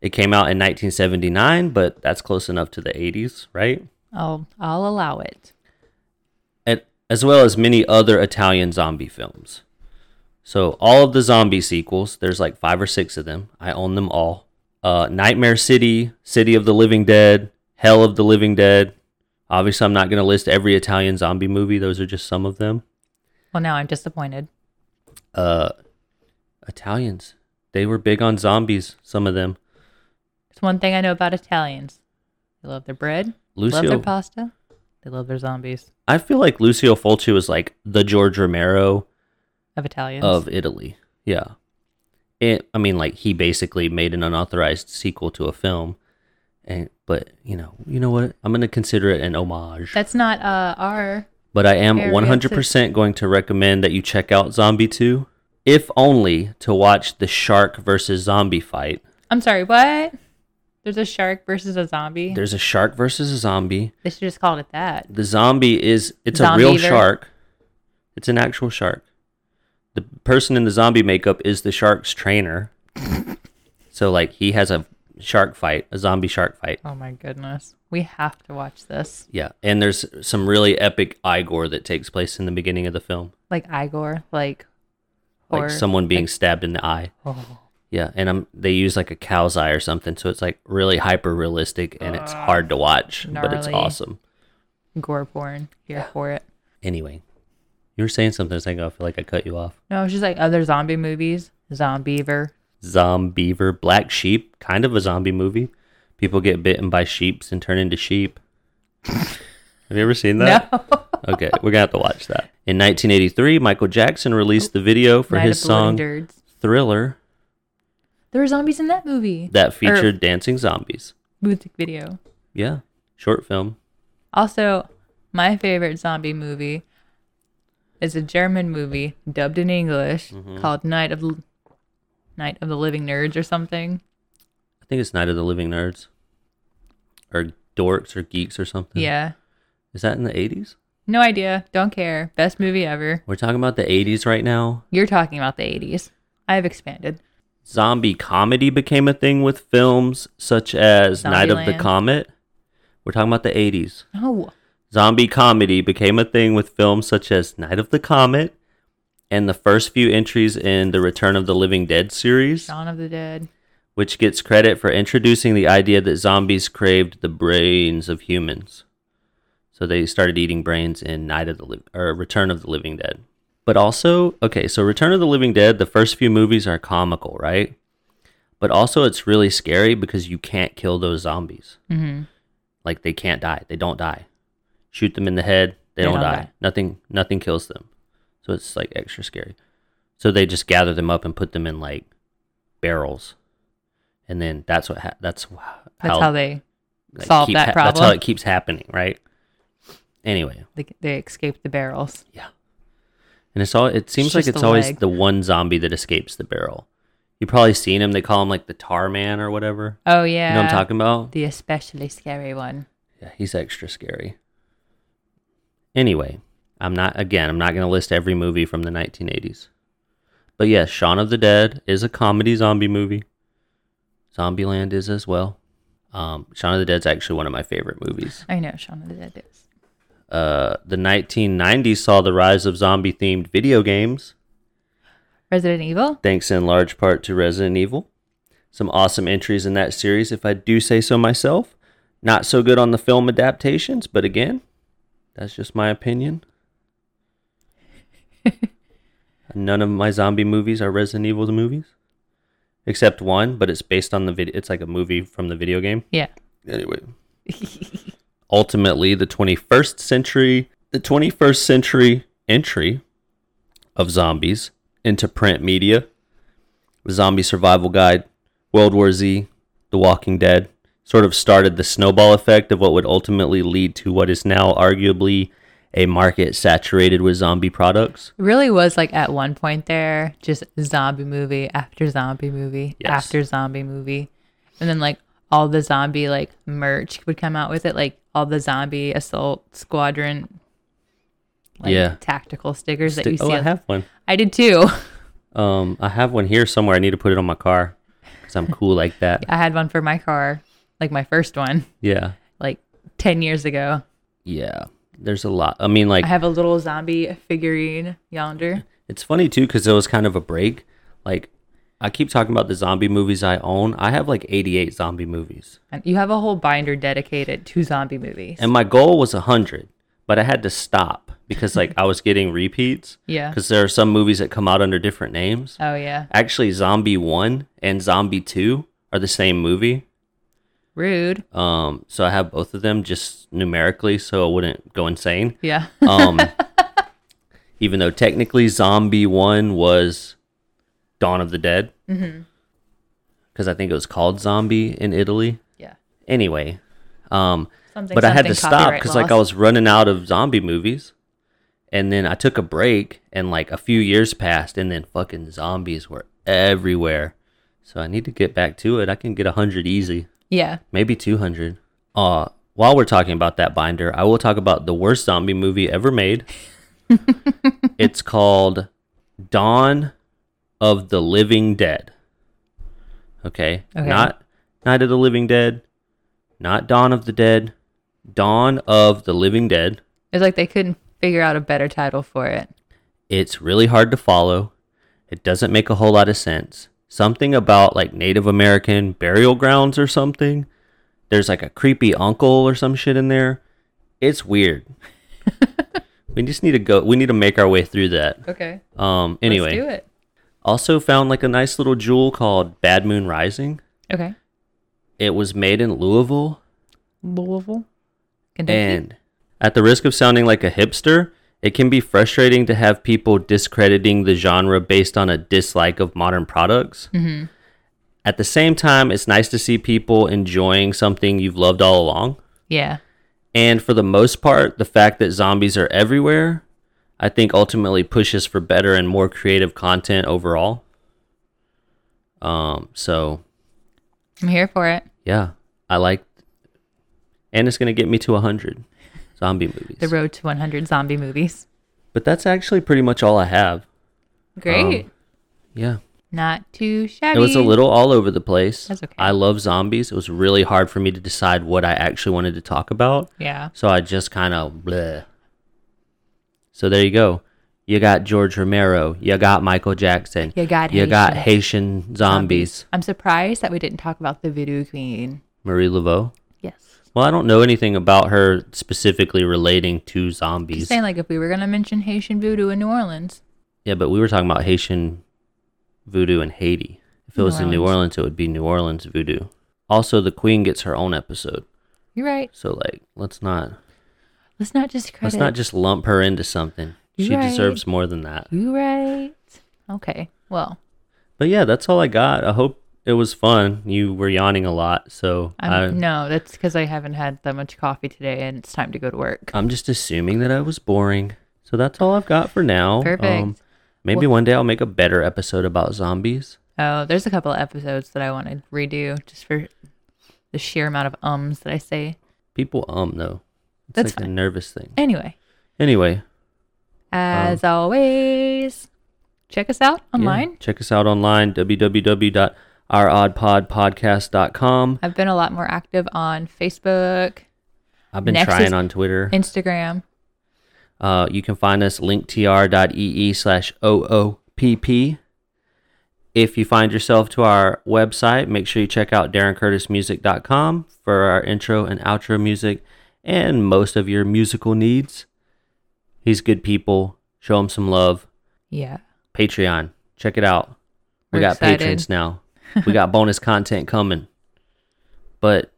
S2: It came out in 1979, but that's close enough to the 80s, right?
S1: I'll I'll allow it.
S2: And, as well as many other Italian zombie films. So, all of the zombie sequels, there's like five or six of them. I own them all. Uh, Nightmare City, City of the Living Dead, Hell of the Living Dead. Obviously, I'm not going to list every Italian zombie movie, those are just some of them.
S1: Well, now I'm disappointed.
S2: Uh, Italians. They were big on zombies, some of them.
S1: It's one thing I know about Italians. They love their bread, love their
S2: Lucio
S1: pasta, they love their zombies
S2: I feel like Lucio Fulci was like the George Romero
S1: of Italians.
S2: of Italy. Yeah. It I mean like he basically made an unauthorized sequel to a film and but you know, you know what? I'm going to consider it an homage.
S1: That's not uh, our.
S2: But I am
S1: Very
S2: 100% going to recommend that you check out Zombie 2 if only to watch the shark versus zombie fight.
S1: I'm sorry, what? There's a shark versus a zombie.
S2: There's a shark versus a zombie.
S1: They should just call it that.
S2: The zombie is it's a real
S1: Zombie ver-
S2: shark. It's an actual shark. The person in the zombie makeup is the shark's trainer. so like he has a shark fight, a zombie shark fight.
S1: Oh my goodness. We have to watch this.
S2: Yeah, and there's some really epic eye gore that takes place in the beginning of the film,
S1: Like Igor, like
S2: like
S1: horror.
S2: someone being stabbed in the eye.
S1: Oh.
S2: Yeah, and I'm they use like a cow's eye or something, so it's like really hyper realistic and it's hard to watch, but it's
S1: gnarly.
S2: awesome.
S1: gore porn. Here for it. Anyway.
S2: Anyway, you were saying something a second ago. I feel like I cut you off.
S1: No, it's just like other zombie movies. Zombiever.
S2: Zombiever, Black Sheep, kind of a zombie movie. People get bitten by sheeps and turn into sheep. Have you ever seen that?
S1: No.
S2: Okay, we're gonna have to watch that. In 1983, Michael Jackson released the video for
S1: Night
S2: his
S1: of the Living
S2: song
S1: Dirds.
S2: "Thriller"
S1: There were zombies in that movie.
S2: that
S1: Or
S2: featured dancing zombies.
S1: music video.
S2: Yeah, short film.
S1: Also, my favorite zombie movie is a German movie dubbed in English
S2: Mm-hmm.
S1: called Night of L- Night of the Living Nerds or something.
S2: I think it's Night of the Living Nerds, or Dorks, or Geeks, or something.
S1: Yeah.
S2: is that in the 80s?
S1: No idea. Don't care. Best movie ever.
S2: We're talking about the 80s right now.
S1: You're talking about the 80s. I have expanded.
S2: zombie comedy became a thing with films such as Night of the
S1: Zombieland.
S2: Comet. We're talking about the 80s.
S1: Oh,
S2: Zombie comedy became a thing with films such as Night of the Comet and the first few entries in the Return of the Living Dead series,
S1: Dawn of the Dead.
S2: which gets credit for introducing the idea that zombies craved the brains of humans. So they started eating brains in Night of the Liv- or Return of the Living Dead. But also, okay, so Return of the Living Dead, the first few movies are comical, right? But also it's really scary because you can't kill those zombies.
S1: Mhm.
S2: Like they can't die. They don't die. Shoot them in the head, they, don't, die. Nothing nothing kills them. So it's like extra scary. So they just gather them up and put them in like barrels. And then that's what ha- that's wh-
S1: That's how, they
S2: like,
S1: solve
S2: keep
S1: that
S2: That's how
S1: problem.
S2: it keeps happening, right? Anyway,
S1: they they escaped the barrels.
S2: and it's all. It seems
S1: It's
S2: like
S1: just
S2: it's
S1: the
S2: always
S1: leg.
S2: the one zombie that escapes the barrel. You probably seen him. They call him like the Tar Man or whatever.
S1: Oh yeah.
S2: You know what I'm talking about?
S1: the especially scary one.
S2: Yeah, he's extra scary. Anyway, I'm not again. I'm not going to list every movie from the 1980s. But yes, Shaun of the Dead is a comedy zombie movie. Zombieland is as well. Um, Shaun of the Dead's actually one of my favorite movies.
S1: I know Shaun of the Dead is.
S2: Uh, the 1990s saw the rise of zombie themed video games,
S1: Resident Evil?
S2: thanks in large part to Resident Evil. Some awesome entries in that series, if I do say so myself. Not so good on the film adaptations, but again, that's just my opinion. None of my zombie movies are Resident Evil movies, except one, but it's based on the video. It's like a movie from the video game.
S1: Yeah.
S2: Anyway. Ultimately, the 21st century, the 21st century entry of zombies into print media, the Zombie Survival Guide, World War Z, The Walking Dead, sort of started the snowball effect of what would ultimately lead to what is now arguably a market saturated with zombie products.
S1: It really was like at one point there, just zombie movie after zombie movie
S2: Yes.
S1: after zombie movie. And then like all the zombie like merch would come out with it, like all the zombie assault squadron like
S2: Yeah.
S1: tactical stickers that
S2: Sti-
S1: you see.
S2: oh, I
S1: on-
S2: have one.
S1: I did too.
S2: Um, I have one here somewhere. I need to put it on my car because I'm cool like that.
S1: I had one for my car, like my first one,
S2: Yeah.
S1: like ten years ago.
S2: Yeah. There's a lot. I mean, like,
S1: I have a little zombie figurine yonder.
S2: It's funny too because it was kind of a break. Like I keep talking about the zombie movies I own. I have like 88 zombie movies,
S1: And you have a whole binder dedicated to zombie movies.
S2: and my goal was 100, but I had to stop because like I was getting repeats
S1: Yeah.
S2: because there are some movies that come out under different names.
S1: Oh yeah.
S2: Actually, Zombie One and Zombie Two are the same movie.
S1: Rude.
S2: Um, so I have both of them just numerically, so I wouldn't go insane.
S1: Yeah.
S2: Um, even though technically Zombie One was Dawn of the Dead,
S1: Mhm.
S2: because I think it was called Zombie in Italy.
S1: Yeah.
S2: Anyway, um,
S1: Something.
S2: but I had to
S1: something
S2: stop
S1: copyright
S2: because like I
S1: laws.
S2: was running out of zombie movies, and then I took a break, and like a few years passed, and then fucking zombies were everywhere. So I need to get back to it. I can get a hundred easy
S1: Yeah.
S2: maybe 200 uh while we're talking about that binder i will talk about the worst zombie movie ever made it's called dawn of the living dead okay,
S1: Okay.
S2: not night of the living dead not dawn of the dead dawn of the living dead
S1: It's like they couldn't figure out a better title for it.
S2: it's really hard to follow it doesn't make a whole lot of sense something about like native american burial grounds or something there's like a creepy uncle or some shit in there it's weird we just need to go we need to make our way through that
S1: Okay.
S2: um anyway
S1: Let's do it.
S2: also found like a nice little jewel called bad moon rising
S1: Okay.
S2: it was made in louisville
S1: Louisville, Kentucky.
S2: And at the risk of sounding like a hipster, it can be frustrating to have people discrediting the genre based on a dislike of modern products. At the same time, it's nice to see people enjoying something you've loved all along.
S1: yeah.
S2: And for the most part, the fact that zombies are everywhere, I think ultimately pushes for better and more creative content overall. Um, so
S1: I'm here for it.
S2: yeah, I like and it's gonna get me to hundred zombie movies.
S1: The road to 100 zombie movies.
S2: But that's actually pretty much all I have.
S1: Great.
S2: Um, Yeah.
S1: Not too shabby.
S2: It was a little all over the place.
S1: That's okay.
S2: I love zombies. It was really hard for me to decide what I actually wanted to talk about.
S1: Yeah.
S2: So I just kind of bleh. So there you go. You got George Romero. You got Michael Jackson.
S1: You got
S2: You got
S1: Haitian
S2: Haitian zombies.
S1: I'm surprised that we didn't talk about the voodoo queen.
S2: Marie Laveau.
S1: Yes.
S2: Well, I don't know anything about her specifically relating to zombies.
S1: Just saying, like, if we were going to mention Haitian voodoo in New Orleans,
S2: Yeah, but we were talking about Haitian voodoo in Haiti. If it was in New
S1: Orleans.
S2: Orleans, it would be New Orleans voodoo. Also, the Queen gets her own episode,
S1: you're right.
S2: so like, let's not
S1: Let's not just credit.
S2: let's not just lump her into something. She
S1: Right.
S2: deserves more than that.
S1: you right. Okay. Well,
S2: But yeah, that's all I got. I hope it was fun. You were yawning a lot, so
S1: I'm,
S2: I,
S1: no, that's because I haven't had that much coffee today and it's time to go to work.
S2: I'm just assuming that I was boring. So that's all I've got for now. Um,
S1: Perfect.
S2: maybe one day I'll make a better episode about zombies.
S1: Oh, there's a couple of episodes that I want to redo just for the sheer amount of ums that I say.
S2: People um though. It's
S1: That's
S2: like a
S1: fine.
S2: nervous thing.
S1: Anyway,
S2: Anyway,
S1: as always, check us out
S2: Yeah.
S1: online.
S2: Check us out online, www.ouroddpodpodcast.com.
S1: I've been a lot more active on Facebook,
S2: I've been
S1: Next
S2: trying
S1: is-
S2: on Twitter.
S1: Instagram.
S2: Uh, you can find us linktr.ee slash OOPP. If you find yourself to our website, make sure you check out darrencurtismusic.com for our intro and outro music and most of your musical needs. He's good people. Show him some love.
S1: Yeah.
S2: Patreon. Check it out. We
S1: We're
S2: got
S1: excited.
S2: patrons now. We got bonus content coming. But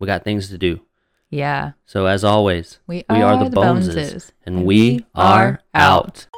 S2: we got things to do.
S1: Yeah.
S2: So as always,
S1: We
S2: we are
S1: are
S2: the
S1: the
S2: Boneses,
S1: Boneses,
S2: and we are out.